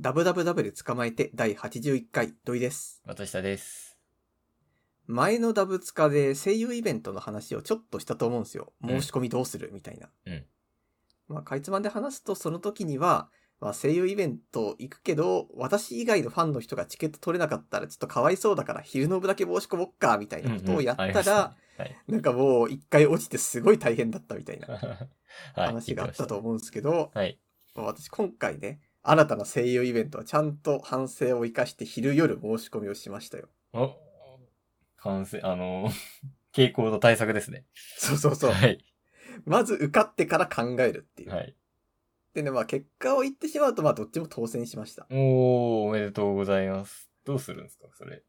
ダブダブダブで捕まえて第81回土井です。松下です。前のダブツカで声優イベントの話をちょっとしたと思うんですよ。申し込みどうするみたいな。うんまあ、かいつまんで話すとその時には、まあ、声優イベント行くけど、私以外のファンの人がチケット取れなかったらちょっとかわいそうだから昼の部だけ申し込もっか、みたいなことをやったら、はい。なんかもう一回落ちてすごい大変だったみたいなはい 話があったと。思うんですけど、はい。まあ私今回ね、新たな声優イベントはちゃんと反省を生かして昼夜申し込みをしましたよ。お、完成、あの、 傾向と対策ですね。そうそうそう。はい。まず受かってから考えるっていう。はい。でね、まあ結果を言ってしまうと、まあどっちも当選しました。おー、おめでとうございます。どうするんですか、それ。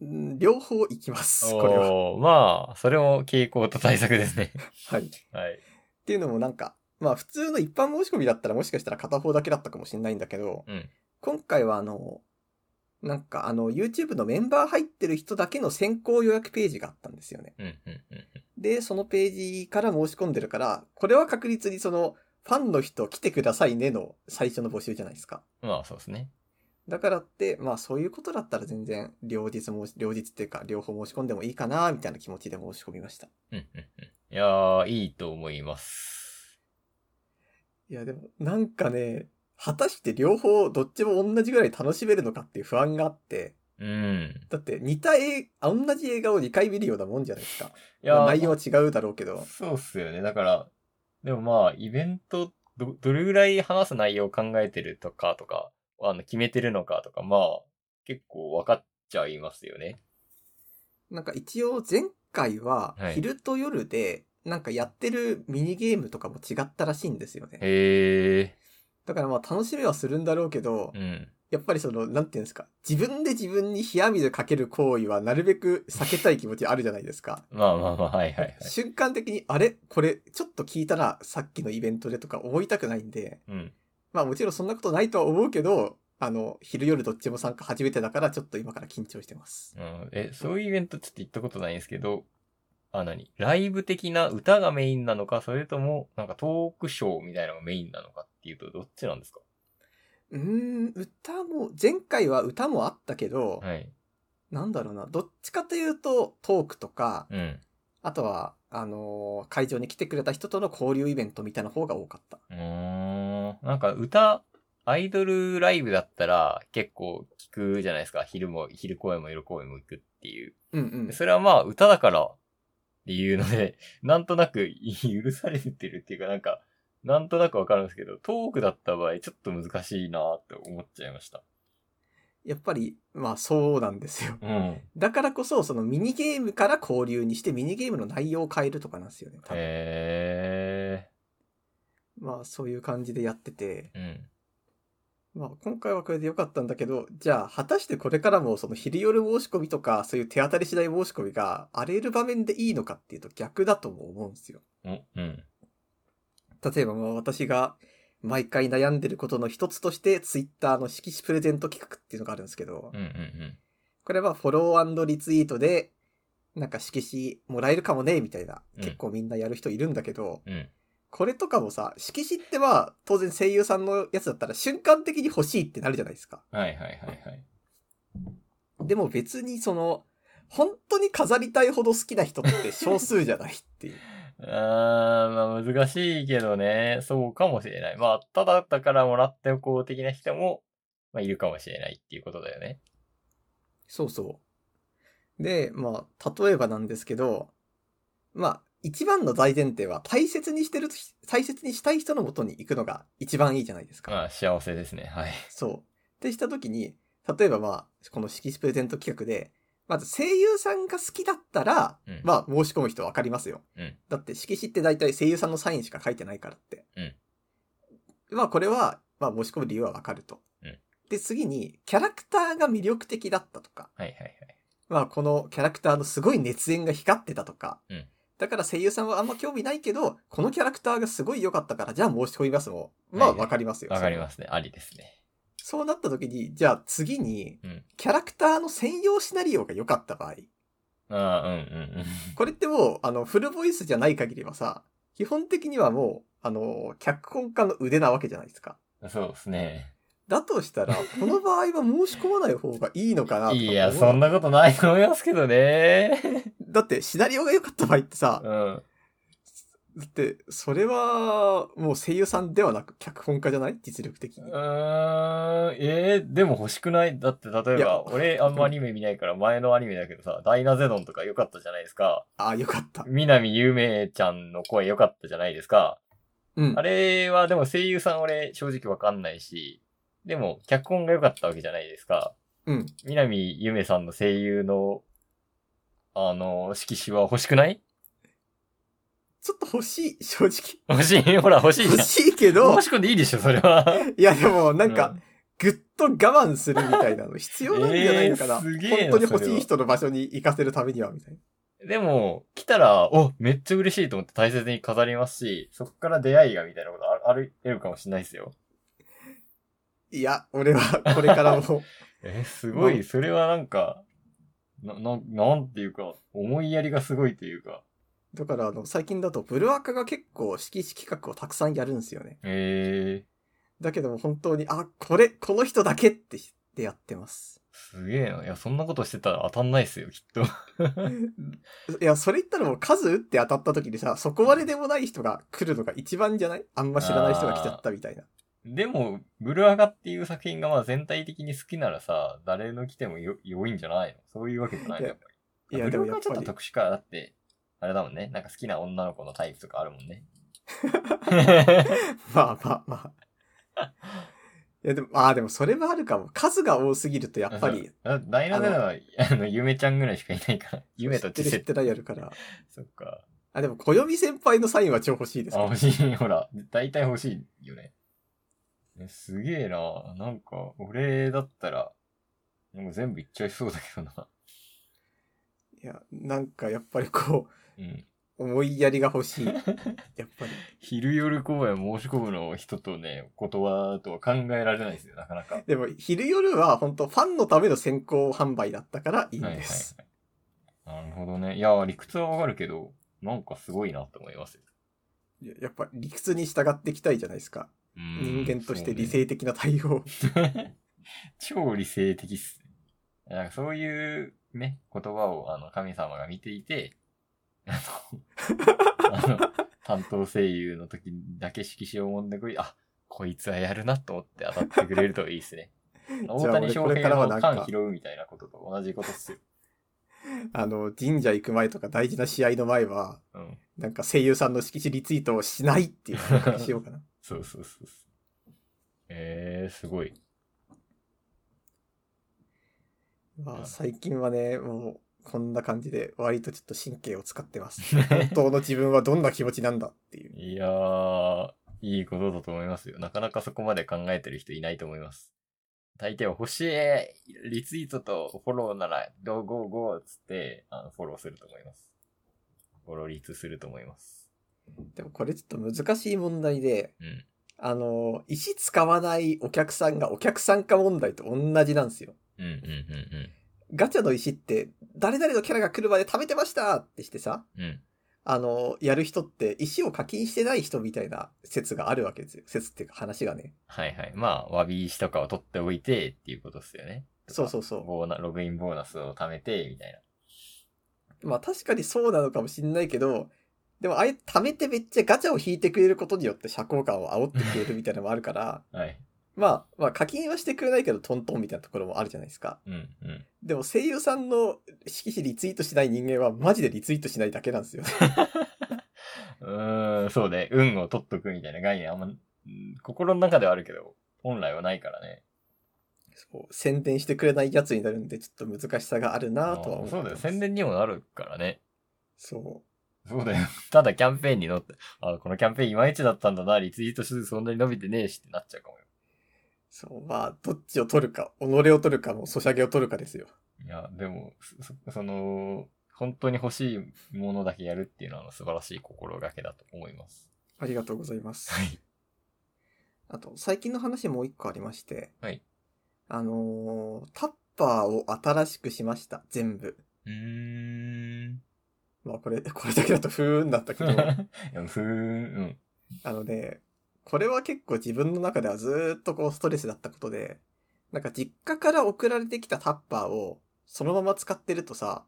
うん両方いきます、これは。おー、まあ、それも傾向と対策で すね。はい。っはい。ていうのもなんか、まあ普通の一般申し込みだったらもしかしたら片方だけだったかもしれないんだけど、うん。今回はあの、なんかあの YouTube のメンバー入ってる人だけの先行予約ページがあったんですよね。うん、うん、うん。で、そのページから申し込んでるから、これは確実にその、ファンの人来てくださいねの最初の募集じゃないですか。まあ、そうですね。だからって、まあそういうことだったら全然、両日申し、両日っていうか、両方申し込んでもいいかな、みたいな気持ちで申し込みました。うん、うん、うん。いやー、いいと思います。いや、でも、なんかね、果たして両方どっちも同じぐらい楽しめるのかっていう不安があって、うん。だって似た映画、同じ映画を2回見るようなもんじゃないですか。いまーあ内容は違うだろうけど。そうっすよね。だから、でもまあ、イベント、ど、どれぐらい話す内容を考えてるとかとか、あの、決めてるのかとか、まあ、結構分かっちゃいますよね。なんか一応前回ははい昼と夜でなんかやってるミニゲームとかも違ったらしいんですよね。へだからまあ楽しみはするんだろうけどー。う、ん。やっぱりその、なんていうんですか、自分で自分に冷や水かける行為はなるべく避けたい気持ちあるじゃないですか。まあまあまあ、はいはいはい。瞬間的に、あれこれ、ちょっと聞いたらさっきのイベントでとか思いたくないんで、うん。まあもちろんそんなことないとは思うけど、あの、昼夜どっちも参加初めてだから、ちょっと今から緊張してます。うん。え、そういうイベントちょっと行ったことないんですけど、あ、何ライブ的な歌がメインなのか、それとも、なんかトークショーみたいなのがメインなのかっていうと、どっちなんですかうーん、歌も、前回は歌もあったけど、はい。なんだろうな、どっちかというとトークとか、うん。あとは、あのー会場に来てくれた人との交流イベントみたいな方が多かった。うーん。なんか歌、アイドルライブだったら結構聞くじゃないですか。昼も、昼公演も夜公演も行くっていう。うんうん。それはまあ歌だからっていうので、 なんとなく許されてるっていうかなんか、なんとなくわかるんですけど、トークだった場合ちょっと難しいなって思っちゃいました。やっぱり、まあそうなんですよ。 うん。だからこそ、そのミニゲームから交流にして、ミニゲームの内容を変えるとかなんですよね。多分へまあそういう感じでやってて、え。うん。まあ今回はこれで良かったんだけど、じゃあ果たしてこれからもその昼夜申し込みとか、そういう手当たり次第申し込みが荒れる場面でいいのかっていうと逆だとも思うんですよ。おうん。例えばまあ私が毎回悩んでることの一つとして、ツイッターの色紙プレゼント企画っていうのがあるんですけどうんう、んうん。これはフォローリツイートで、なんか色紙もらえるかもね、みたいな、うん結構みんなやる人いるんだけど、うん。これとかもさ、色紙ってまあ、当然声優さんのやつだったら瞬間的に欲しいってなるじゃないですか。はいはいはいはい。でも別にその、本当に飾りたいほど好きな人って少数じゃないっていう。あー、まあ難しいけどね、そうかもしれない。まあ、ただだからもらっておこう的な人も、まあ、いるかもしれないっていうことだよね。そうそう。で、まあ、例えばなんですけど、まあ、一番の大前提は大切にしてる、大切にしたい人のもとに行くのが一番いいじゃないですか。まあ、幸せですね。はい。そう。ってした時に、例えばまあ、この色紙プレゼント企画で、まず声優さんが好きだったら、うんまあ申し込む人わかりますよ。うんだって色紙って大体声優さんのサインしか書いてないからって。まあこれは、まあ申し込む理由はわかると。うんで、次に、キャラクターが魅力的だったとか、はいはいはい。まあこのキャラクターのすごい熱演が光ってたとか、うんだから声優さんはあんま興味ないけど、このキャラクターがすごい良かったから、じゃあ申し込みますもん。まあはいはいわかりますよ。わかりすますね。ありですね。そうなった時に、じゃあ次にうん、キャラクターの専用シナリオが良かった場合、ああ、うんうんうん。これってもう、あの、フルボイスじゃない限りはさ、基本的にはもう、あの、脚本家の腕なわけじゃないですか。そうですね。だとした ら、この場合は申し込まない方がいいのかなとか思ういや、そんなことないと思いますけどね。だって、シナリオが良かった場合ってさ、うん。だって、それは、もう声優さんではなく、脚本家じゃない実力的うに。ーん、えー、でも欲しくないだって、例えいやば、俺、あんまアニメ見ないから、前のアニメだけどさ、ダイナゼノンとか良かったじゃないですか。ああ、良かった。南ゆめちゃんの声良かったじゃないですか。うんあ。れは、でも声優さん俺、正直わかんないし、でも、脚本が良かったわけじゃないですか。うん。南ゆめさんの声優の、あの、色紙は欲しくないちょっと欲しい、正直。欲しいほら、欲しいじゃん欲。しいけど欲、しくていいでしょ、それは。いやでも、なんか、うぐっと我慢するみたいなの必要なんじゃないのかな。 えーすげえ本な当に欲そしれいは人の場所に行かせるためには、み たいな。でも、来たら、お、めっちゃ嬉しいと思って大切に飾りますし、そこから出会いがみたいなことあある、得るかもしれないですよ。いや、俺はこれからも、 えー、すごうんい、それはなんか、な、な、なんていうか、思いやりがすごいというか。だからあの、最近だとブルアカが結構色紙企画をたくさんやるんですよね。ええだけども本当に、あ、これ、この人だけってし、でやってます。すげえな。いや、そんなことしてたら当たんないっすよ、きっと。 いや、それ言ったらもう数打って当たった時にさ、そこまででもない人が来るのが一番じゃないあんま知らない人が来ちゃったみたいな。でも、ブルアガっていう作品がまあ全体的に好きならさ、誰の来てもよ、良いんじゃないのそういうわけじゃないいやのやっぱり。いやブでもルアやっガぱはりちょっと特殊か。だって、あれだもんね。なんか好きな女の子のタイプとかあるも んね。まあまあまあ。いやでも、ああ、でもそれもあるかも。数が多すぎるとやっぱり、あダイナゼロは、あの、ゆめちゃんぐらいしかいないから。夢と知ってる知知っ性。てないやるから。そっか。あ、でも、暦先輩のサインは超欲しいですあ、けど。欲しい。 ほら、大体欲しいよね。えすげえな。なんか、俺だったら、もう全部いっちゃいそうだけどな。いや、なんかやっぱりこうん。う、思いやりが欲 しい。やっぱり。昼夜公演申し込むの人とね、言葉とは考えられないですよ、なかなか。でも、昼夜は本当ファンのための先行販売だったからいいんです。はいはいはい。なるほどね。いや、理屈はわかるけど、なんかすごいなと思いますよ。いややっぱ理屈に従っていきたいじゃないですか。うん人間としてそうね理性的な対応。 超理性的っすね。なんかそういうね、言葉をあの神様が見ていて、あの、あの担当声優の時だけ色紙を揉んでこい、あ、こいつはやるなと思って当たってくれるといいっ すね。大谷翔これか平らはなのんか缶拾うみたいなことと同じことっすよ。あの、神社行く前とか大事な試合の前は、うん。なんか声優さんの色紙リツイートをしないっていう感じにしようか な。そうそうそうそう。えー、すごい。まあ、最近はね、もう、こんな感じで、割とちょっと神経を使ってます。 本当の自分はどんな気持ちなんだっていう。いやー、いいことだと思いますよ。なかなかそこまで考えてる人いないと思います。大抵は欲しいリツイートとフォローなら、ゴーゴーゴーっつって、あの、フォローすると思います。フォローリツすると思います。でもこれちょっと難しい問題で、うん。あの、石使わないお客さんがお客さん化問題と同じなんですよ。うんうんガチャの石って、誰々のキャラが来るまで食べてましたってしてさ、うんうん。うん。あの、やる人って石を課金してない人みたいな説があるわけですよ。説っていうか話がね。はいはい。まあ、詫び石とかを取っておいてっていうことっすよね。そうそうそボーナログインボーナスを貯めて、みたいな。う。まあ確かにそうなのかもしんないけど、でもあれ貯めてめっちゃガチャを引いてくれることによって社交感を煽ってくれるみたいなのもあるから、 はい。まあ、まあ課金はしてくれないけどトントンみたいなところもあるじゃないですか。うんうん。でも声優さんの色紙リツイートしない人間はマジでリツイートしないだけなんです よね。うーん、そうね。運を取っとくみたいな概念あんま、うん心の中ではあるけど、本来はないからね。そう宣伝してくれないやつになるんで、ちょっと難しさがあるなとは思あっーてそうますだよ。宣伝にもなるからね。そそうだよ。ただキャンペーンに乗って、あこのキャンペーンいまいちだったんだな、リツイート数そんなに伸びてねえしってなっちゃうかもよ。う。そう、まあ、どっちを取るか、己を取るかも、ソシャゲを取るかですよ。いや、でも、そ、そその、本当に欲しいものだけやるっていうのはあの素晴らしい心がけだと思います。ありがとうございます。はい。あと、最近の話もう一個ありまして。はい。あのータッパーを新しくしました、全部。うー ん。 まあ、これ、これだけだと不運だったけど、いやふーん、うん。あのね、これは結構自分の中ではずーっとこうストレスだったことで、なんか実家から送られてきたタッパーをそのまま使ってるとさ、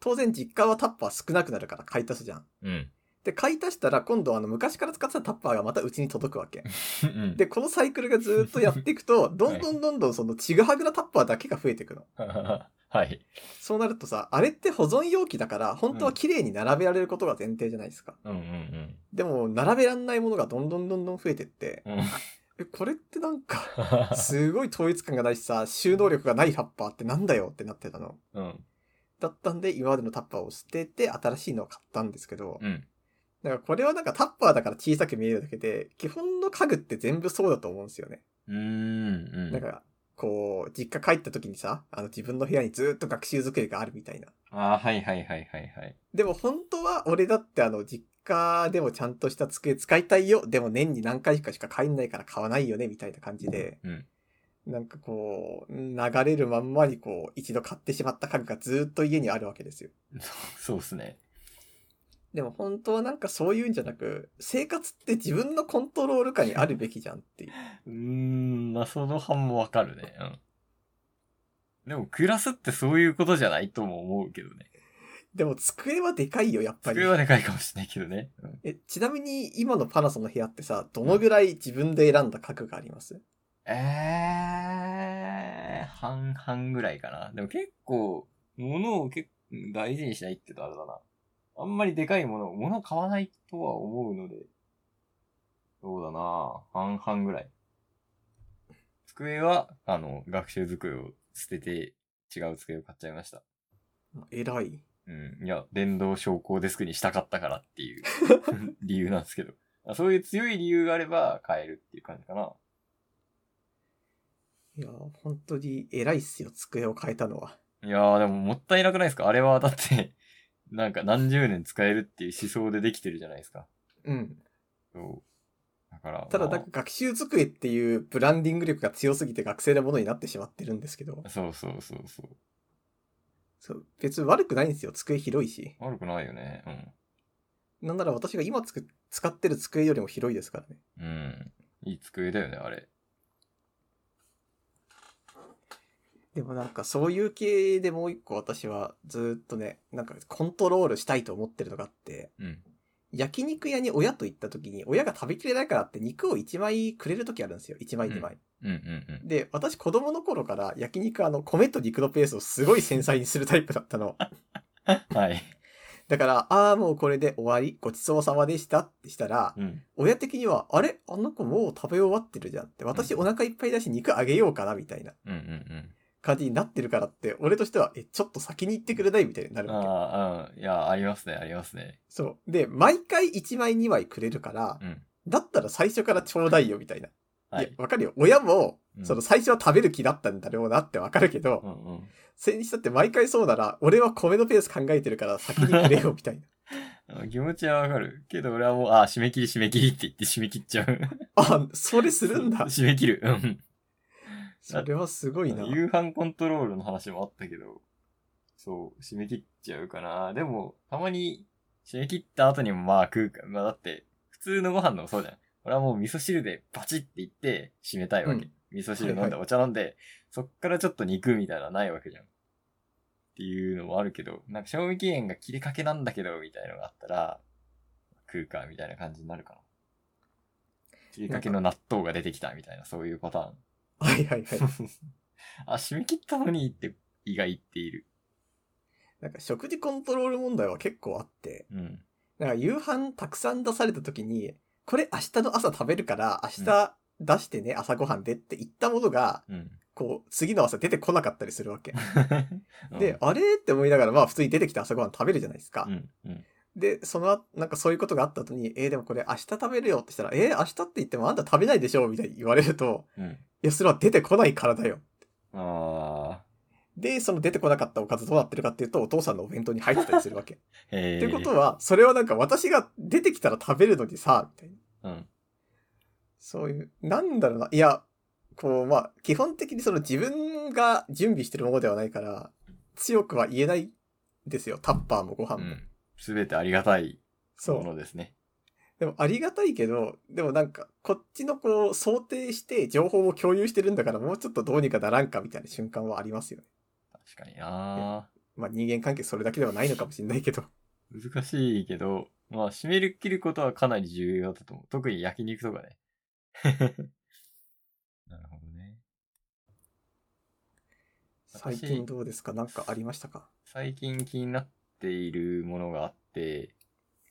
当然実家はタッパー少なくなるから買い足すじゃん。うん。で、買い足したら今度あの昔から使ってたタッパーがまたうちに届くわけ。うんで、このサイクルがずーっとやっていくと、どんどんどんどんそのちぐはぐなタッパーだけが増えていくの。 はい。そうなるとさ、あれって保存容器だから、本当は綺麗に並べられることが前提じゃないですか。うんうんでも、並べらんないものがどんどんどんどん増えてって、 うん。うんえ、これってなんか、 すごい統一感がないしさ、収納力がないタッパーってなんだよってなってたの。うん。だったんで、今までのタッパーを捨てて、新しいのを買ったんですけど、うん。だからこれはなんかタッパーだから小さく見えるだけで、基本の家具って全部そうだと思うんですよね。うん。うん。なんか、こう、実家帰った時にさ、あの自分の部屋にずーっと学習机があるみたいな。ああ、はいはいはいはいはい。でも本当は俺だってあの実家でもちゃんとした机使いたいよ。でも年に何回かしか買えないから買わないよね、みたいな感じで。うん。なんかこう、流れるまんまにこう、一度買ってしまった家具がずーっと家にあるわけですよ。そうっすね。でも本当はなんかそういうんじゃなく、生活って自分のコントロール下にあるべきじゃんっていう。うーん、まあ、その半もわかるね。うん。でも、暮らすってそういうことじゃないとも思うけどね。でも机はでかいよ、やっぱり。机はでかいかもしれないけどね。うんえ、ちなみに今のパナソの部屋ってさ、どのぐらい自分で選んだ家具がありますえー、半々ぐらいかな。でも結構、物を結構大事にしないって言うとあれだな。あんまりでかいもの、物を買わないとは思うので、そうだな半々ぐらい。机は、あの、学習机を捨てて、違う机を買っちゃいました。偉い。うん。いや、電動昇降デスクにしたかったからっ ていう理由なんですけど。あそういう強い理由があれば買えるっていう感じかな。いやー、本当に偉いっすよ、机を変えたのは。いやー、でももったいなくないですかあれはだって、なんか何十年使えるっていう思想でできてるじゃないですか。うん。そう。だから。ただ、まなんか学習机っていうブランディング力が強すぎて学生のものになってしまってるんですけどあ、、そうそうそうそう。そう別に悪くないんですよ、机広いし。悪くないよね。なんなら私が今つく使ってる机よりも広いですからね。うん。うん。いい机だよね、あれ。でもなんかそういう系でもう一個私はずーっとね、なんかコントロールしたいと思ってるのがあって、うん。焼肉屋に親と行った時に親が食べきれないからって肉を1枚くれる時あるんですよ。1枚2枚。うんうんで、私子供の頃から焼肉あの米と肉のペースをすごい繊細にするタイプだった の。うん。はい。だから、ああ、もうこれで終わり、ごちそうさまでしたってしたら、うん。親的には、あれあの子もう食べ終わってるじゃんって、私うんお腹いっぱいだし肉あげようかなみたいなうんうん感じになってるからって、俺としては、え、ちょっと先に行ってくれないみたいになうん。るわけ。ああ、うん。いや、ありますね、ありますね。そう。で、毎回1枚2枚くれるから、うん。だったら最初からちょうだいよみたいな。はいい。や、わかるよ。親も、うんその最初は食べる気だったんだろうなってわかるけど、うんうん。先日だって毎回そうなら、俺は米のペース考えてるから先にくれよみたいな。 あ気持ちはわかる。けど俺はもう、ああ、締め切り締め切りって言って締め切っちゃう。あ、それするんだ。 締め切る。うん。それはすごいな。夕飯コントロールの話もあったけど、そう、締め切っちゃうかな。でも、たまに、締め切った後にもまあ食うか。まあだって、普通のご飯でもそうじゃん。俺はもう味噌汁でバチっていって、締めたいわうけ。ん味噌汁飲んで、はいはお茶飲んで、そっからちょっと肉みたいなのはないわけじゃん。っていうのもあるけど、なんか賞味期限が切れかけなんだけど、みたいのがあったら、食うか、みたいな感じになるかな。切れかけの納豆が出てきた、みたいな、そういうパターン。はいはいはい。 あ、締め切ったのにって、意外言っている。なんか食事コントロール問題は結構あって、うん。なんか夕飯たくさん出された時に、これ明日の朝食べるから明日出してね、朝ごはんでって言ったものが、うん。こう、次の朝出てこなかったりするわけ。で、、あれって思いながら、まあ普通に出てきた朝ごはん食べるじゃないですかう。ん。うん。で、その後、なんかそういうことがあった後に、えーでもこれ明日食べるよってしたら、えー明日って言ってもあんた食べないでしょみたいに言われると、うん。いや、それは出てこないからだよ。ああ。で、その出てこなかったおかずどうなってるかっていうと、お父さんのお弁当に入ってたりするわけ。 へえ。ってことは、それはなんか私が出てきたら食べるのにさ、みたいな。うん。そういう、なんだろうな。いや、こう、まあ、基本的にその自分が準備してるものではないから、強くは言えないんですよ。タッパーもごう飯も。ん。すべてありがたいそもう。のですね。でもありがたいけど、でもなんか、こっちのこう、想定して情報を共有してるんだから、もうちょっとどうにかならんかみたいな瞬間はありますよね。確かになまあ人間関係それだけではないのかもしれないけ ど。難しいけど、まあ、締める切ることはかなり重要だと思う。特に焼肉と かね。 なるほどね。最私近どうですかなんかありましたか最近気になっているものがあって、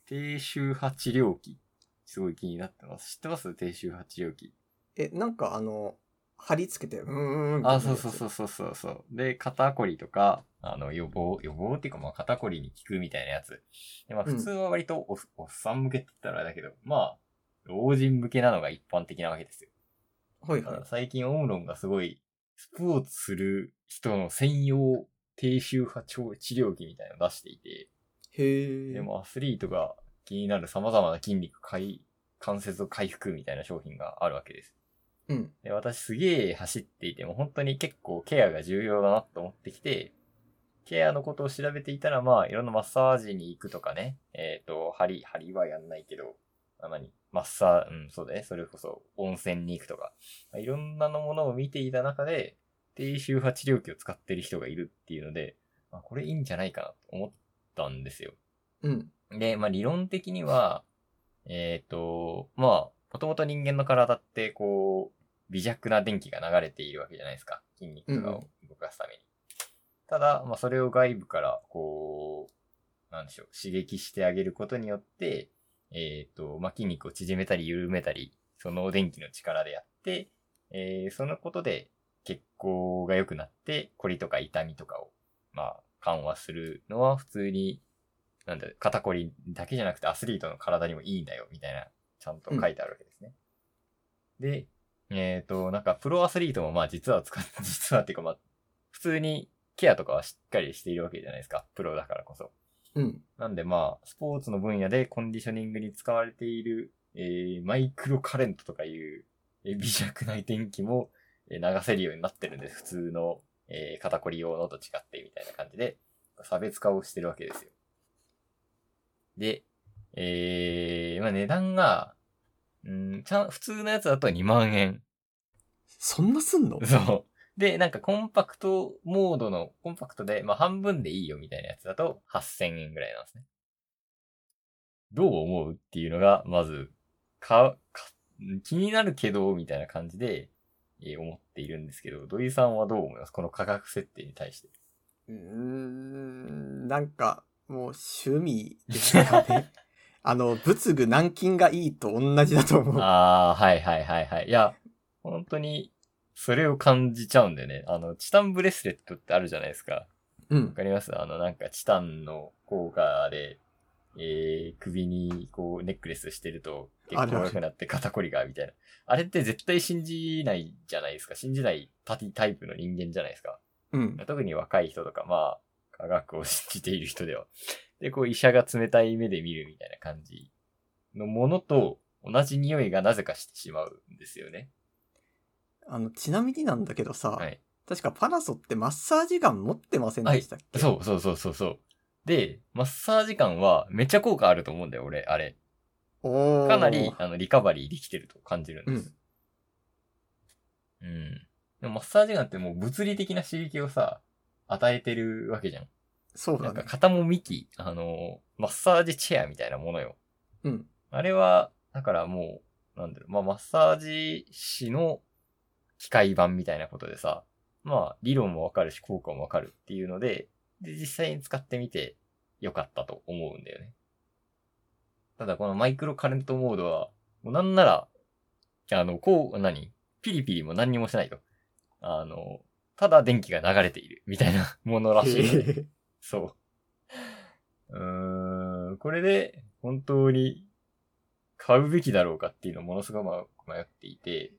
低周波治療器。すごい気になってます。知ってます低周波治療器。え、なんかあの、貼り付けて、うーんうん。。あ、そうそうそううそうそうそう。で、肩こりとか、あの、予防、予防っていうか、まあ、肩こりに効くみたいなやつ。でまあ、うん普通は割とお,、おっさん向けって言ったらあれだけど、まあ、老人向けなのが一般的なわけですよ。はいはい。最近オムロンがすごい、スポーツする人の専用低周波治療器みたいなのを出していて、へえ。でもアスリートが気になる様々な筋肉回、関節を回復みたいな商品があるわけです。うん。で、私すげえ走っていて、もう本当に結構ケアが重要だなと思ってきて、ケアのことを調べていたら、まあ、いろんなマッサージに行くとかね、えっ、と、針、針はやんないけど、あ何マッサージ、うん、そうだね、それこそ温泉に行くとか、まあいろんなのものを見ていた中で、低周波治療器を使ってる人がいるっていうので、まあ、これいいんじゃないかなと思ったんですよ。うん。で、まあ理論的には、えっ、と、まあ、もともと人間の体って、こう、微弱な電気が流れているわけじゃないですか。筋肉とかを動かすために。ただ、まあそれを外部から、こう、なんでしょう、刺激してあげることによって、えっ、と、まあ筋肉を縮めたり緩めたり、その電気の力でやって、えーそのことで血行が良くなって、コリとか痛みとかを、まあ、緩和するのは普通に、なんだ、肩こりだけじゃなくてアスリートの体にもいいんだよ、みたいな、ちゃんと書いてあるわけですね。で、えっ、と、なんかプロアスリートもまあ実は使って、実はっていうかまあ、普通にケアとかはしっかりしているわけじゃないですか。プロだからこそ。うん。なんでまあ、スポーツの分野でコンディショニングに使われている、えーマイクロカレントとかいう、えー微弱な電気も、えー流せるようになってるんです。普通の、えー肩こり用のと違ってみたいな感じで、差別化をしてるわけですよ。で、えー、まあ値段が、うんちゃん、普通のやつだと2万円。そんなす んのそう。で、なんかコンパクトモードの、コンパクトで、まあ半分でいいよみたいなやつだと8000円ぐらいなんですね。どう思うっていうのが、まず、か、か、気になるけど、みたいな感じで、えー思っているんですけど、土井さんはどう思いますこの価格設定に対して。うーん、なんか、もう趣味ですよ ね。あの、仏具軟禁がいいと同じだと思う。ああ、はいはいはいはい。いや、本当に、それを感じちゃうんだよね。あの、チタンブレスレットってあるじゃないですか。うわん。かりますあの、なんか、チタンの効果で、えー、首に、こう、ネックレスしてると、結あるあ構る悪くなって肩こりが、みたいな。あれって絶対信じないじゃないですか。信じないタティタイプの人間じゃないですか。うん。特に若い人とか、まあ、科学を信じている人では。で、こう、医者が冷たい目で見るみたいな感じのものと、同じ匂いがなぜかしてしまうんですよね。あの、ちなみになんだけどさ、はい。確かパナソってマッサージガン持ってませんでしたっけ、そうそうそうそうそう。で、マッサージ感はめっちゃ効果あると思うんだよ、俺、あれ。おーかなり、あの、リカバリーできてると感じるんです。うん。でもマッサージガンってもう物理的な刺激をさ、与えてるわけじゃん。そうなだんかね。肩もみき、あの、マッサージチェアみたいなものよ。うん。あれは、だからもう、なんだろう、まあ、マッサージ師の機械版みたいなことでさ、まあ、理論もわかるし、効果もわかるっていうので、で、実際に使ってみてよかったと思うんだよね。ただ、このマイクロカレントモードは、もうなんなら、あの、こう、何ピリピリも何にもしないと。あの、ただ電気が流れているみたいなものらしいのね、そう。うーん、これで本当に買うべきだろうかっていうのをものすごく迷っていて、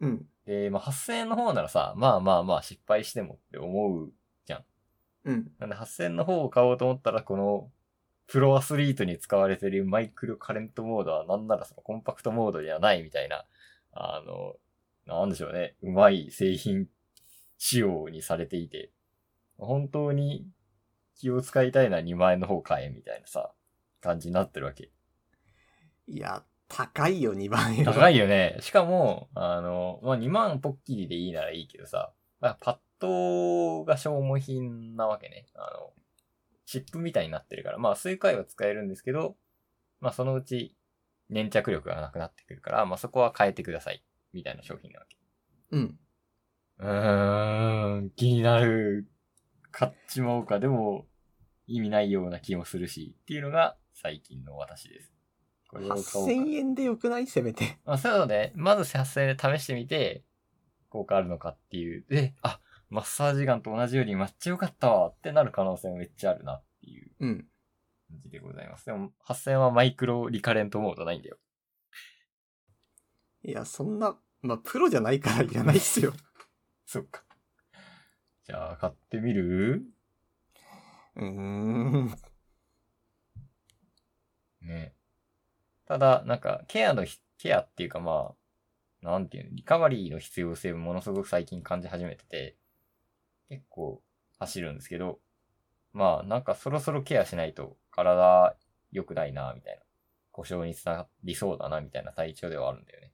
うん。で、まあ8000円の方ならさ、まあまあまあ失敗してもって思う。うん。なんで8000円の方を買おうと思ったら、このプロアスリートに使われているマイクロカレントモードはなんならそのコンパクトモードではないみたいな、あの、なんでしょうね、うまい製品仕様にされていて、本当に気を使いたいなら2万円の方買えみたいなさ、感じになってるわけ。いや、高いよ、2万 円は。高いよね。しかも、あの、まあ、2万ポッキリでいいならいいけどさ、まあパッドが消耗品なわけね。あの、チップみたいになってるから、まあ、数回は使えるんですけど、まあ、そのうち粘着力がなくなってくるから、まあ、そこは変えてください。みたいな商品なわけ。うん。うーん、気になる。買っちまおうか。でも、意味ないような気もするし、っていうのが最近の私です。これを買おうかな8000円でよくないせめて。まあ、そうだね。まず8000円で試してみて、効果あるのかっていう。で、あ、マッサージガンと同じよりマッチ良かったわってなる可能性もめっちゃあるなっていううん。感じでございます。でも、8000円はマイクロリカレントモードないんだよ。いや、そんな、まあ、プロじゃないからいらないっすよ。そっか。じゃあ、買ってみるうーん。ね。ただ、なんか、ケアのひ、ケアっていうかまあ、なんていうの、リカバリーの必要性をものすごく最近感じ始めてて、結構走るんですけど、まあ、なんかそろそろケアしないと体良くないな、みたいな。故障につながりそうだな、みたいな体調ではあるんだよね。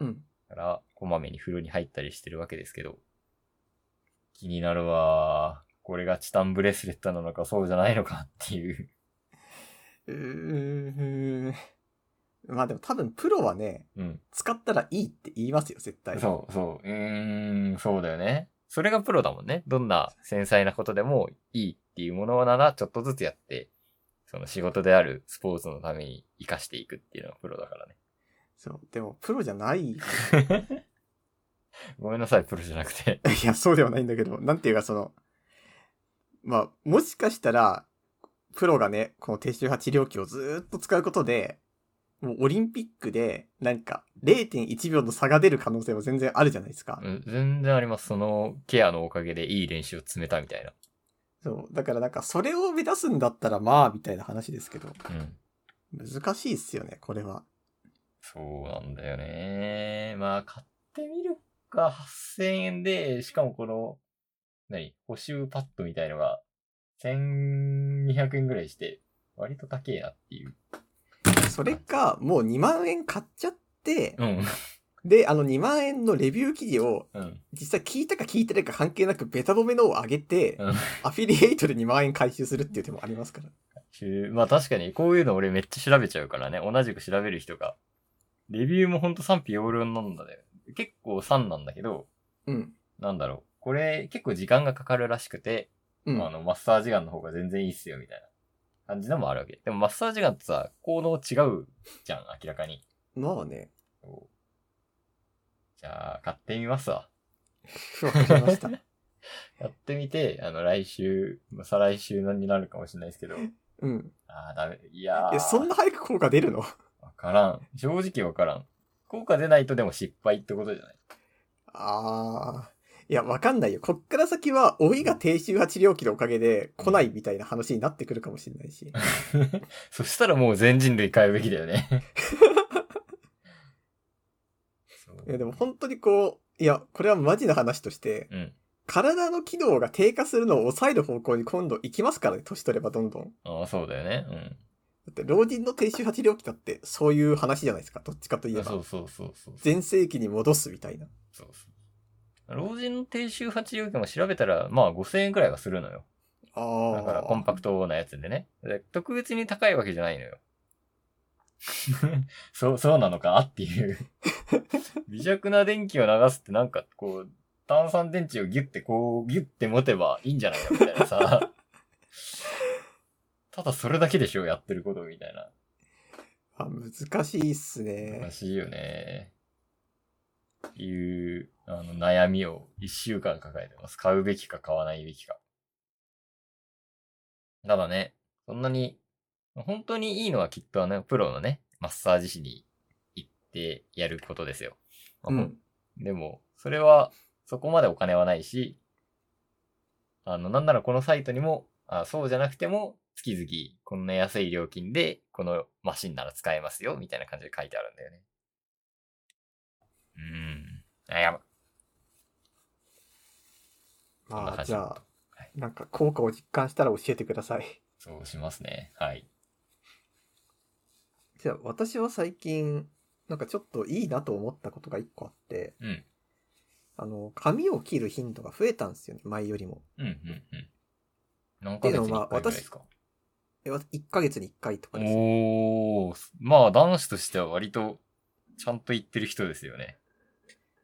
うん。だから、こまめに風呂に入ったりしてるわけですけど、気になるわー。これがチタンブレスレットなのかそうじゃないのかっていう。うーん。まあでも多分プロはね、うん。使ったらいいって言いますよ、絶対。そうそう。うーん、そうだよね。それがプロだもんね。どんな繊細なことでもいいっていうものなら、ちょっとずつやって、その仕事であるスポーツのために活かしていくっていうのがプロだからね。そう。でも、プロじゃない。いごめんなさい、プロじゃなくて。や、そうで はないんだけど、なんていうかその、まあ、もしかしたら、プロがね、この低周波治療器をずーっと使うことで、もうオリンピックで、なんか、0.1秒の差が出る可能性も全然あるじゃないですか。うん全然あります。そのケアのおかげでいい練習を積めたみたいな。そう。だからなんか、それを目指すんだったら、まあ、みたいな話ですけど、うん。難しいっすよね、これは。そうなんだよね。まあ、買ってみるか。8000円で、しかもこの、何補修パッドみたいのが、1200円ぐらいして、割と高えなっていう。それか、もう2万円買っちゃって、うん。で、あの2万円のレビュー記事を、うん。 実際聞いたか聞いてないか関係なくベタ褒めのを上げて、うんアフィリエイトで2万円回収するっていう手もありますから。しまあ確かに、こういうの俺めっちゃ調べちゃうからね。同じく調べる人が。レビューもほんと賛否両論なんだね。結構賛なんだけど、うん。なんだろう。これ結構時間がかかるらしくて、うん。あの、マッサージガンの方が全然いいっすよ、みたいな感じのもあるわけ。でもマッサージガンってさ、効能違うじゃん、明らかに。まあね。そうじゃあ、買ってみますわ。わかりま した。やってみて、あの、来週、まあ再来週になるかもしれないですけど、うん。ああ、ダメ。いやーえ、そんな早く効果出るのわからん。正直わからん。効果出ないとでも失敗ってことじゃない あー。いや、わかんないよ。こっから先は、老いが低周波治療器のおかげで来ないみたいな話になってくるかもしれないし。そしたらもう全人類買うべきだよね。そう いや、でも本当にこう、いや、これはマジな話として、うん。体の機能が低下するのを抑える方向に今度行きますからね、年取ればどんどん。ああ、そうだよね。うん。だって老人の低周波治療器だってそういう話じゃないですか。どっちかといえそばう。そうそうそう。全盛期に戻すみたいな。そうそう。老人の低周波治療器も調べたら、まあ5000円くらいはするのよ。あだからコンパクトなやつでね。で特別に高いわけじゃないのよ。 そう、そうなのかっていう。微弱な電気を流すってなんかこう、炭酸電池をギュッてこう、ギュッて持てばいいんじゃないかみたいなさ。ただそれだけでしょ、やってることみたいな。あ、難しいっすらね。しいよね。っていう、あの、悩みを一週間抱えてます。買うべきか買わないべきか。ただね、そんなに、本当にいいのはきっとあの、プロのね、マッサージ師に行ってやることですよ。うん。でも、それは、そこまでお金はないし、あの、なんならこのサイトにも、あそうじゃなくても、月々、こんな安い料金で、このマシンなら使えますよ、みたいな感じで書いてあるんだよね。うーん。あ、やば。そんなまあ、感じじゃのこあと。、はいなんか効果を実感したら教えてください。そうしますね。はい。じゃあ、私は最近、なんかちょっといいなと思ったことが一個あって、うん。あの、髪を切る頻度が増えたんですよね、前よりも。うん、うん、うん。何ヶ月に1回ぐらいですかえ、わ1ヶ月に1回とかですね。おー、まあ男子としては割とちゃんと言ってる人ですよね。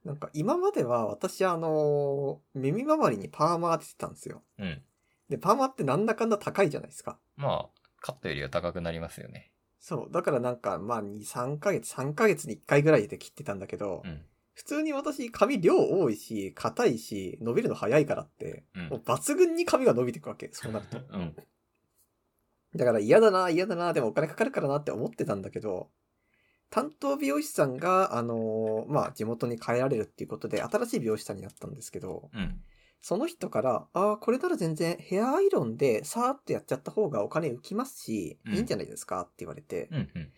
なんか今までは私あのー耳周りにパーマ当ててたんですよ。うん。で、パーマってなんだかんだ高いじゃないですか。まあ、カットよりは高くなりますよね。そう。だからなんか、まあ、2、3ヶ月、3ヶ月に1回ぐらいで切ってたんだけど、うん。普通に私髪量多いし、硬いし、伸びるの早いからって、うんもう。抜群に髪が伸びていくわけ、そうなると。うん。だから嫌だな、嫌だな、でもお金かかるからなって思ってたんだけど、担当美容師さんが、あのーまあ、地元に帰られるっていうことで、新しい美容師さんになったんですけど、うん。その人から、ああ、これなら全然ヘアアイロンでさーっとやっちゃった方がお金浮きますし、うんいいんじゃないですかって言われて、うん。うん。うん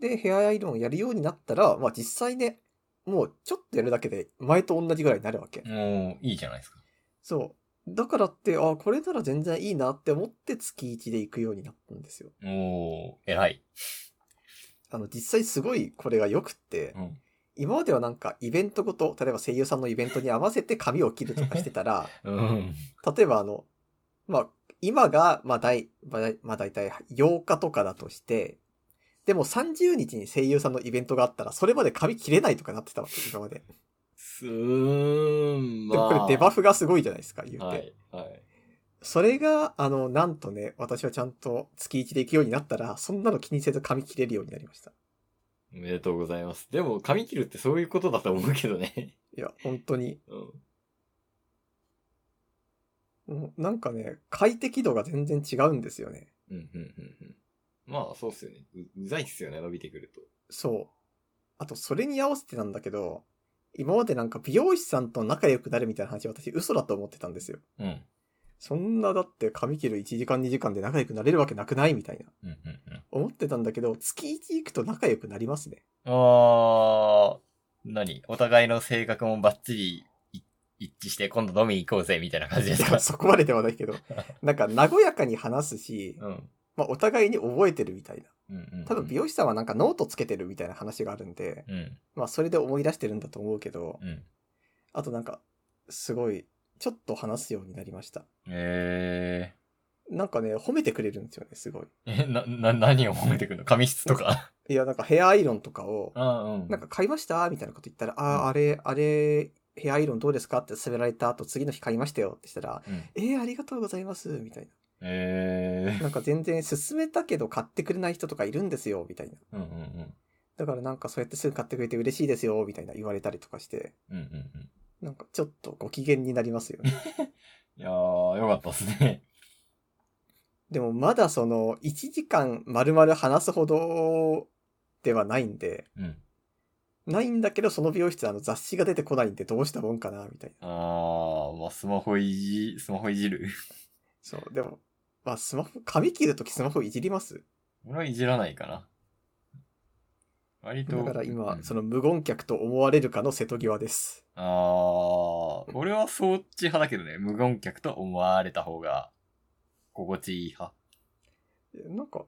で、ヘアアイロンやるようになったら、まあ実際ね、もうちょっとやるだけで前と同じぐらいになるわけ。おー、いいじゃないですか。そう。だからって、ああ、これなら全然いいなって思って月1で行くようになったんですよ。おー、偉い。あの、実際すごいこれが良くって、うん。今まではなんかイベントごと、例えば声優さんのイベントに合わせて髪を切るとかしてたら、うん。例えばあの、まあ、今が、まあ、大、まあ、大まあ、大体8日とかだとして、でも30日に声優さんのイベントがあったら、それまで髪切れないとかなってたわけ、今 まで。すーん、でもこれデバフががすごいじゃないですか、言うて。はい、はい。それが、あの、なんとね、私はちゃんと月1で行くようになったら、そんなの気にせず髪切れるようになりました。おめでとうございます。でも、髪切るってそういうことだと思うけどね。いや、本当に、うん。もうなんかね、快適度が全然違うんですよね。うん、うん、うん。うんまあ、そうっすよね。ううざいっすよね、伸びてくると。そう。あと、それに合わせてなんだけど、今までなんか美容師さんと仲良くなるみたいな話、私嘘だと思ってたんですよ。うん。うん、そんなだって髪切る1時間2時間で仲良くなれるわけなくないみたいな。うん、うん。思ってたんだけど、月1行くと仲良くなりますね。あー、何お互いの性格もバッチリい一致して、今度飲みに行こうぜ、みたいな感じでいすやか。そこまでではない けど。なんか、和やかに話すし、うん。まあ、お互いに覚えてるみたいな。うん、うん。多分美容師さんはなんかノートつけてるみたいな話があるんで、うん、まあ、それで思い出してるんだと思うけど、うん。あとなんか、すごい、ちょっと話すようになりました。えなんかね、褒めてくれるんですよね、すごい。ー。え、な、な、何を褒めてくるの髪質 とか。いや、なんかヘアアイロンとかを、あーうん。なんか買いましたみたいなこと言ったら、ああ、あれ、あれ、ヘアアイロンどうですかって勧められた後、次の日買いましたよってしたら、うん。えー、ありがとうございます、みたいえな。なんか全然勧めたけど買ってくれない人とかいるんですよ、みたいな。ー。うん、うん、うん。だからなんかそうやってすぐ買ってくれて嬉しいですよ、みたいな言われたりとかして、うん、うん、うん。なんかちょっとご機嫌になりますよね。いやー、よかったっすね。でもまだその、1時間丸々話すほどではないんで、うん。ないんだけど、その美容室あの雑誌が出てこないんでどうしたもんかな、みたいな。あー、まあ、スマホいじ、スマホいじるそう、でも、まあスマホ、髪切るときスマホいじります俺はいじらないかな。割と。だから今、うんその無言客と思われるかの瀬戸際です。あー、俺はそっち派だけどね、無言客と思われた方が、心地いい派。なんか、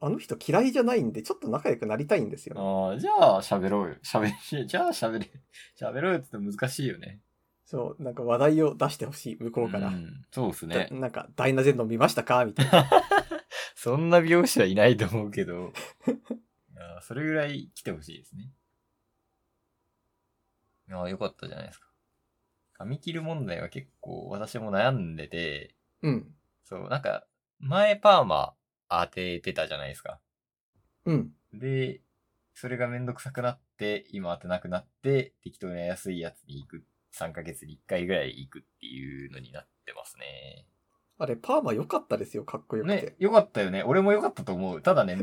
あの人嫌いじゃないんで、ちょっと仲良くなりたいんですよね、あー、じゃあ喋ろうよ。喋 れ、じゃあ喋れ、喋ろうよって言っても難しいよね。そう、なんか話題を出してほしい、向こうから。ん、そうっすねだ。なんか、ダイナゼンド見ましたかみたいな。 そんな美容師はいないと思うけど、あーそれぐらい来てほしいですね。ああ、よかったじゃないですか。髪切る問題は結構私も悩んでて、うん。そう、なんか、前パーマ当ててたじゃないですか。うん。で、それがめんどくさくなって、今当てなくなって、適当な安いやつに行く。3ヶ月に1回ぐらい行くっていうのになってますね。あれ、パーマ良かったですよ、かっこよくて。ね、よかったよね。俺もよかったと思う。た だね、ね、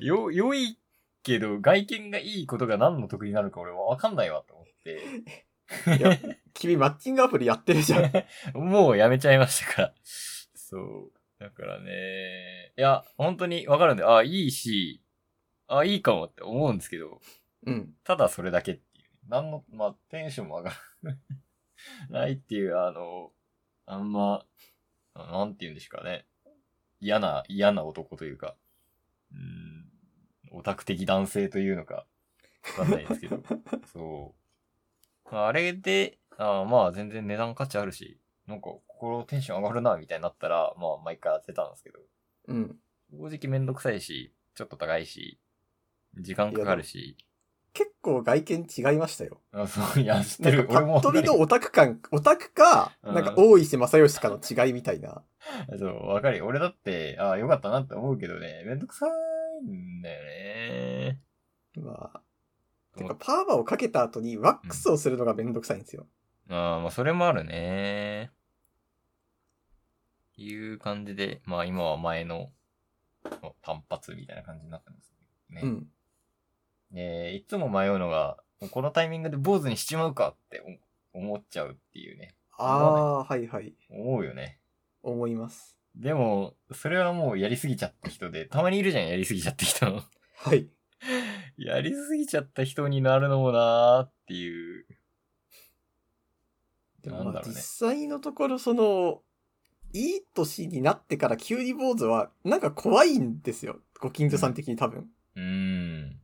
よ、良いけど、外見がいいことが何の得になるか俺はわかんないわと思って、いや、君マッチングアプリやってるじゃ ん。もうやめちゃいましたから。そう。だからね、いや、本当にわかるんで、あ、いいし、あ、いいかもって思うんですけど、うん。ただそれだけっていう。何の、まあ、テンションも上がらないっていう、あの、あんま、なんて言うんですかね。嫌な、嫌な男というか、うん、オタク的男性というのか、わかんないですけど。そう。あれで、あーまあ全然値段価値あるし、なんか心テンション上がるな、みたいになったら、まあ毎回当てたんですけど、うん。正直めんどくさいし、ちょっと高いし、時間かかるし、結構外見違いましたよ。あそう、いや、知ってなんる。か、俺もパッと見わかのオタク感、オタクか、うんなんか、大石正義かの違いみたいな。る そう、わかるよ。俺だって、ああ、よかったなって思うけどね、めんどくさいんだよね。まあ。てか、パーマをかけた後にワックスをするのがめんどくさいんですよ。ああ、まあ、それもあるね。いう感じで、まあ、今は前の、まあ単発みたいな感じになってますね。うん。ねえいつも迷うのが、もうこのタイミングで坊主にしちまうかって思思っちゃうっていうね。ああー、はいはい。思うよね。思います。でも、それはもうやりすぎちゃった人で、たまにいるじゃん、やりすぎちゃった人。はい。 やりすぎちゃった人になるのもなーっていう。でなもんまだあろう実ね。際のところ、その、いい年になってから急に坊主は、なんか怖いんですよ。ご近所さん的に多分。うーん。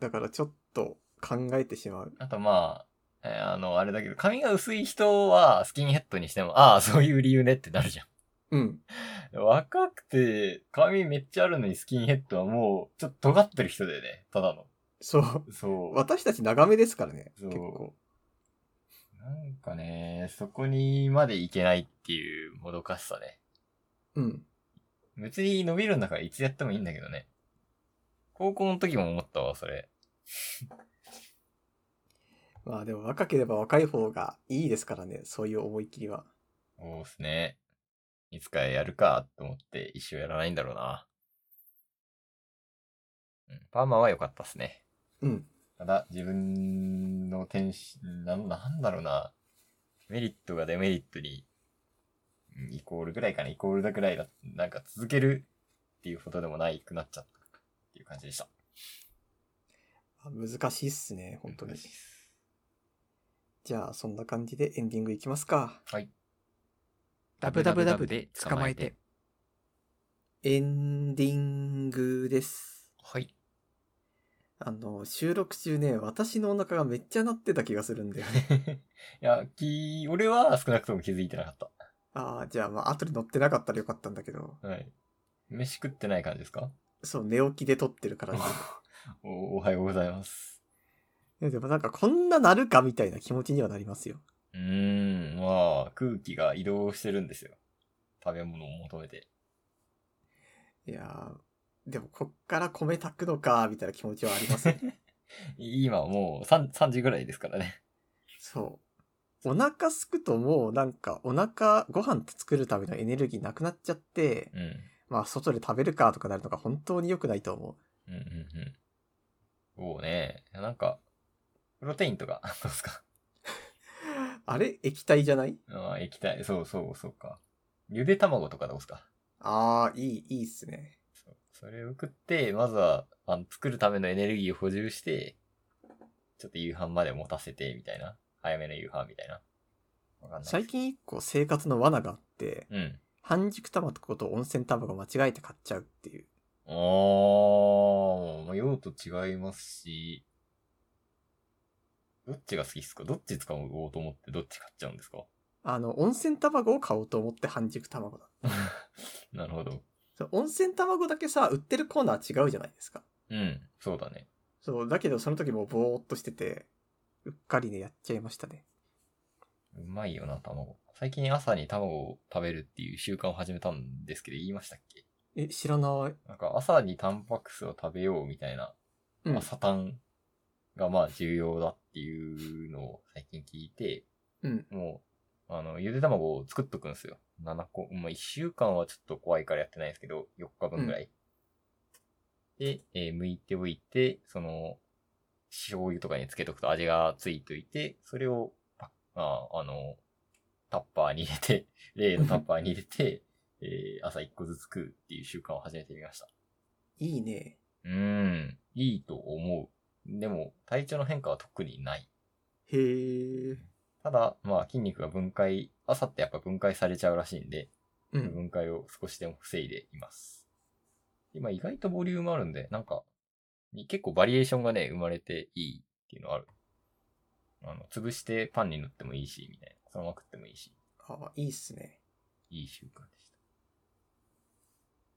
だからちょっと考えてしまう。あとまあ、えーあの、あれだけど、髪が薄い人はスキンヘッドにしても、ああ、そういう理由ねってなるじゃうん。ん。 若くて、髪めっちゃあるのにスキンヘッドはもう、ちょっと尖ってる人だよね、ただの。そう。そう。私たち長めですからね。そう結構。なんかね、そこにまでいけないっていうもどかしさね。うん。別に伸びるんだからいつやってもいいんだけどね。高校の時も思ったわ、それ。まあでも若ければ若い方がいいですからね。そういう思い切りは。そうっすね。いつかやるかと思って一生やらないんだろうな。うん、パーマは良かったっすね。うん。ただ、自分の天使、なん、なんだろうな。メリットがデメリットに、うんイコールぐらいかな、イコールだぐらいだ、なんか続けるっていうほどでもないくなっちゃったっていう感じでした。あ難しいっすね。本当に難し。いっすじゃあそんな感じでエンディングいきますか。はい。ダブダブダブで捕まえて。エンディングです。はい。あの、収録中ね、私のお腹がめっちゃ鳴ってた気がするん だよね。 いや、き、俺は少なくとも気づいてなかっああ、じゃあまあ後で乗ってなかったらよかったんだけど、た。はい。飯食ってない感じですかそう、寝起きで撮ってる からね。 おおはようございます。いやでもなんかこんななるかみたいな気持ちにはなりますよ。うーん、まあ、空気が移動してるんですよ。食べ物を求めて。いやー、でもこっから米炊くのか、みたいな気持ちはあります よ。今はもう 3, 3時ぐらいですからね。そう。お腹すくともうなんかお腹、ご飯作るためのエネルギーなくなっちゃって、うん。まあ外で食べるかとかなるのが本当に良くないと思うんうんうん。そうね。なんか、プロテインとか、 どうですかう。あれ液体じゃないあー液体、そうそうそうか。ゆで卵とかどうですかああ、いい、いいっすね。そうそれを食って、まずはあの作るためのエネルギーを補充して、ちょっと夕飯まで持たせて、みたいな。早めの夕飯みたいな。わかんない。最。近一個生活の罠があって、うん。半熟卵と温泉卵間違えて買っちゃうっていう。あー、まあ用途違いますし、どっちが好きっすかどっち使おうと思ってどっち買っちゃうんですかあの、温泉卵を買おうと思って半熟卵だ。なるほど。そう温泉卵だけさ、売ってるコーナー違うじゃないですか。うん、そうだね。そう、だけどその時もうぼーっとしてて、うっかりね、やっちゃいましたね。うまいよな、卵。最近朝に卵を食べるっていう習慣を始めたんですけど、言いましたっけえ、知らない。なんか朝にタンパク質を食べようみたいな、うんまあ、サタンがまあ重要だっていうのを最近聞いて、うん。もう、あの、ゆで卵を作っとくんですよ。7個。まあ、1週間はちょっと怖いからやってないんですけど、4日分ぐらい。で、えー剥いておいて、その、醤油とかにつけとくと味がついといて、それをパッ、ああの、タッパーに入れて、 例のタッパーに入れて、えー朝1個ずつ食うっていう習慣を始めてみました。いいね。うーん、いいと思う。でも、体調の変化は特にない。へー。ただ、まあ筋肉が分解、朝ってやっぱ分解されちゃうらしいんで、うん。分解を少しでも防いでいます。今意外とボリュームあるんで、なんか、に結構バリエーションがね、生まれていいっていうのある。あの、潰してパンに塗ってもいいし、みたいな。そのまま食ってもいいし、ああ、いいっすね。いい習慣でした。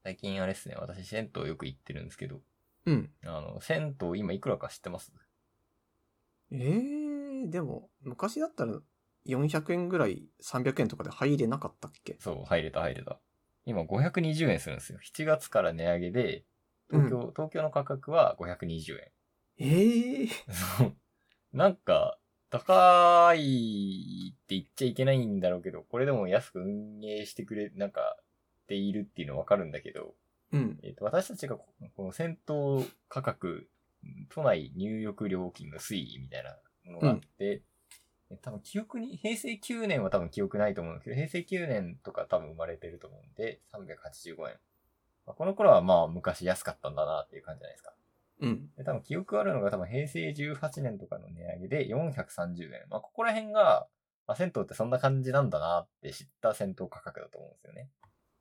最近あれですね、私銭湯よく行ってるんですけど、うん。あの、銭湯今いくらか知ってますえー、でも、昔だったら400円ぐらい300円とかで入れなかったっけそう、入れた入れた。今520円するんですよ。7月から値上げで、東京、東京の価格は520円。えー、そう。 なんか、高いって言っちゃいけないんだろうけど、これでも安く運営してくれ、なんか、っているっていうのわかるんだけど、うん。えっ、と、私たちがここの戦闘価格、都内入浴料金の推移みたいなのがあって、え多分記憶に、平成9年は多分記憶ないと思うんだけど、平成9年とか多分生まれてると思うんで、385円。まあこの頃はまあ昔安かったんだなっていう感じじゃないですか。うん。で、多分記憶あるのが多分平成18年とかの値上げで430円。まあ、ここら辺が、まあ、銭湯ってそんな感じなんだなって知った銭湯価格だと思うんですよね。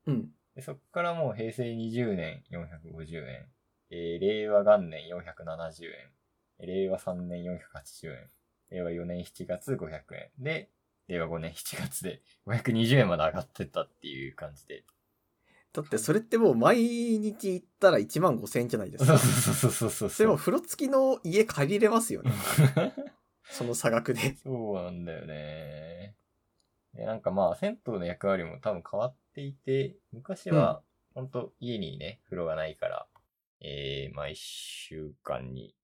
うん。で、そこからもう平成20年450円、えー令和元年470円、えー令和3年480円、令和4年7月500円で、令和5年7月で520円まで上がってったっていう感じで。だってそれってもう毎日行ったら1万5千円じゃないですそかう。そうそうそうそそれも う。風呂付きの家借りれますよね。その差額で。そうなんだよね。でなんかまあ、銭湯の役割も多分変わっていて、昔は、ほんと家にね、風呂がないから、えー、まあ一週間に、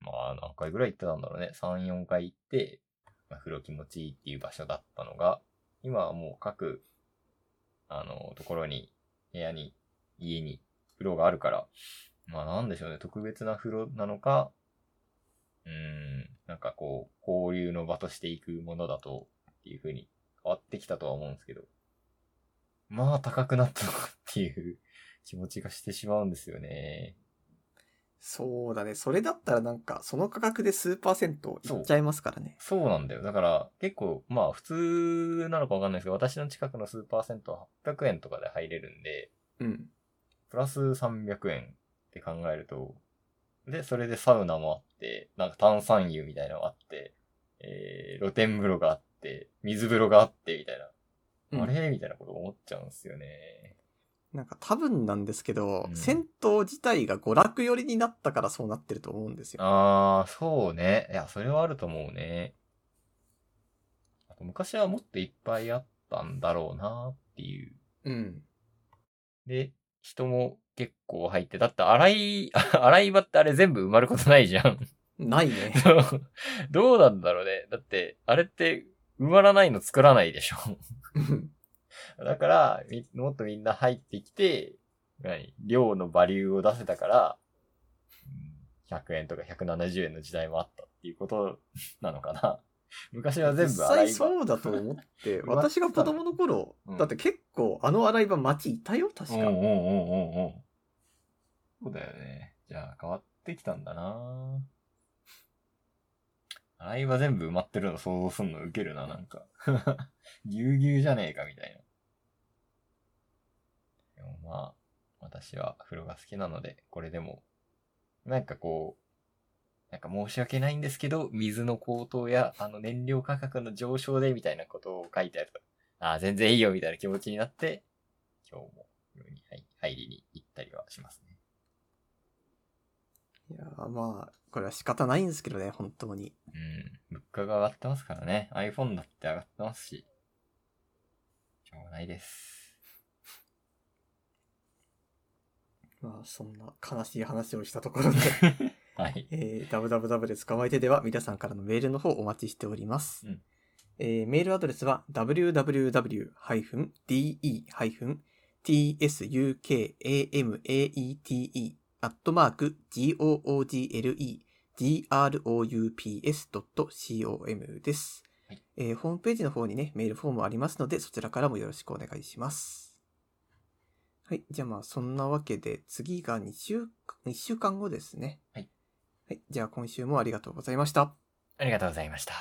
まあ何回ぐらい行ってたんだろうね。3、4回行って、まあ、風呂気持ちいいっていう場所だったのが、今はもう各、あの、ところに、部屋に、家に、風呂があるから、まあなんでしょうね、特別な風呂なのか、うーん、なんかこう、交流の場としていくものだと、っていう風に変わってきたとは思うんですけど、まあ高くなったのかっていう気持ちがしてしまうんですよね。そうだね。それだったらなんか、その価格で数パーセントいっちゃいますからね。そうなんだよ。だから、結構、まあ普通なのかわかんないですけど、私の近くのスーパーセントは800円とかで入れるんで、うん。プラス300円って考えると、で、それでサウナもあって、なんか炭酸湯みたいなのがあって、えー、露天風呂があって、水風呂があって、みたいうんな。あれみたいなこと思っちゃうんですよね。なんか多分なんですけど、うん銭湯自体が娯楽寄りになったからそうなってると思うんですよ。あー、そうね。いや、それはあると思うね。あと昔はもっといっぱいあったんだろうなっていう。うん。で、人も結構入って、だって洗い、 洗い場ってあれ全部埋まることないじゃん。 ないね。そうどうなんだろうね。だって、あれって、埋まらないの作らないでしょ。うんだから、みもっとみんな入ってきて、何量のバリューを出せたから、うん100円とか170円の時代もあったっていうことなのかな。昔は全実部洗い際場。そうだと思 って、埋まって私たが子供の頃うん、だって結構あの洗い場街いたよ、確うんうんか。うんうんうん。そうだよね。じゃあ変わってきたんだな洗い場全部埋まってるの想像すんのウケるな、なんか。 ぎゅうぎゅうじゃねえか、みたいな。でもまあ、私は風呂が好きなので、これでも、なんかこう、なんか申し訳ないんですけど、水の高騰や、あの燃料価格の上昇で、みたいなことを書いてあると、ああ、全然いいよ、みたいな気持ちになって、今日も風呂に入入りに行ったりはしますね。いやーまあ、これは仕方ないんですけどね、本当に。うん。物価が上がってますからね。iPhone だって上がってますし。しょうがない です。まあ、そんな悲しい話をしたと ころで。はい。えー、www で捕まえてでは皆さんからのメールの方お待ちしております。うんえーメールアドレスは www-tsukamate.google-groups.com です、はいえーホームページの方にね、メールフォームありますので、そちらからもよろしくお願いします。はい。じゃあまあ、そんなわけで、次が2週、1週間後ですね。はい。はい。じゃあ今週もありがとうございました。ありがとうございました。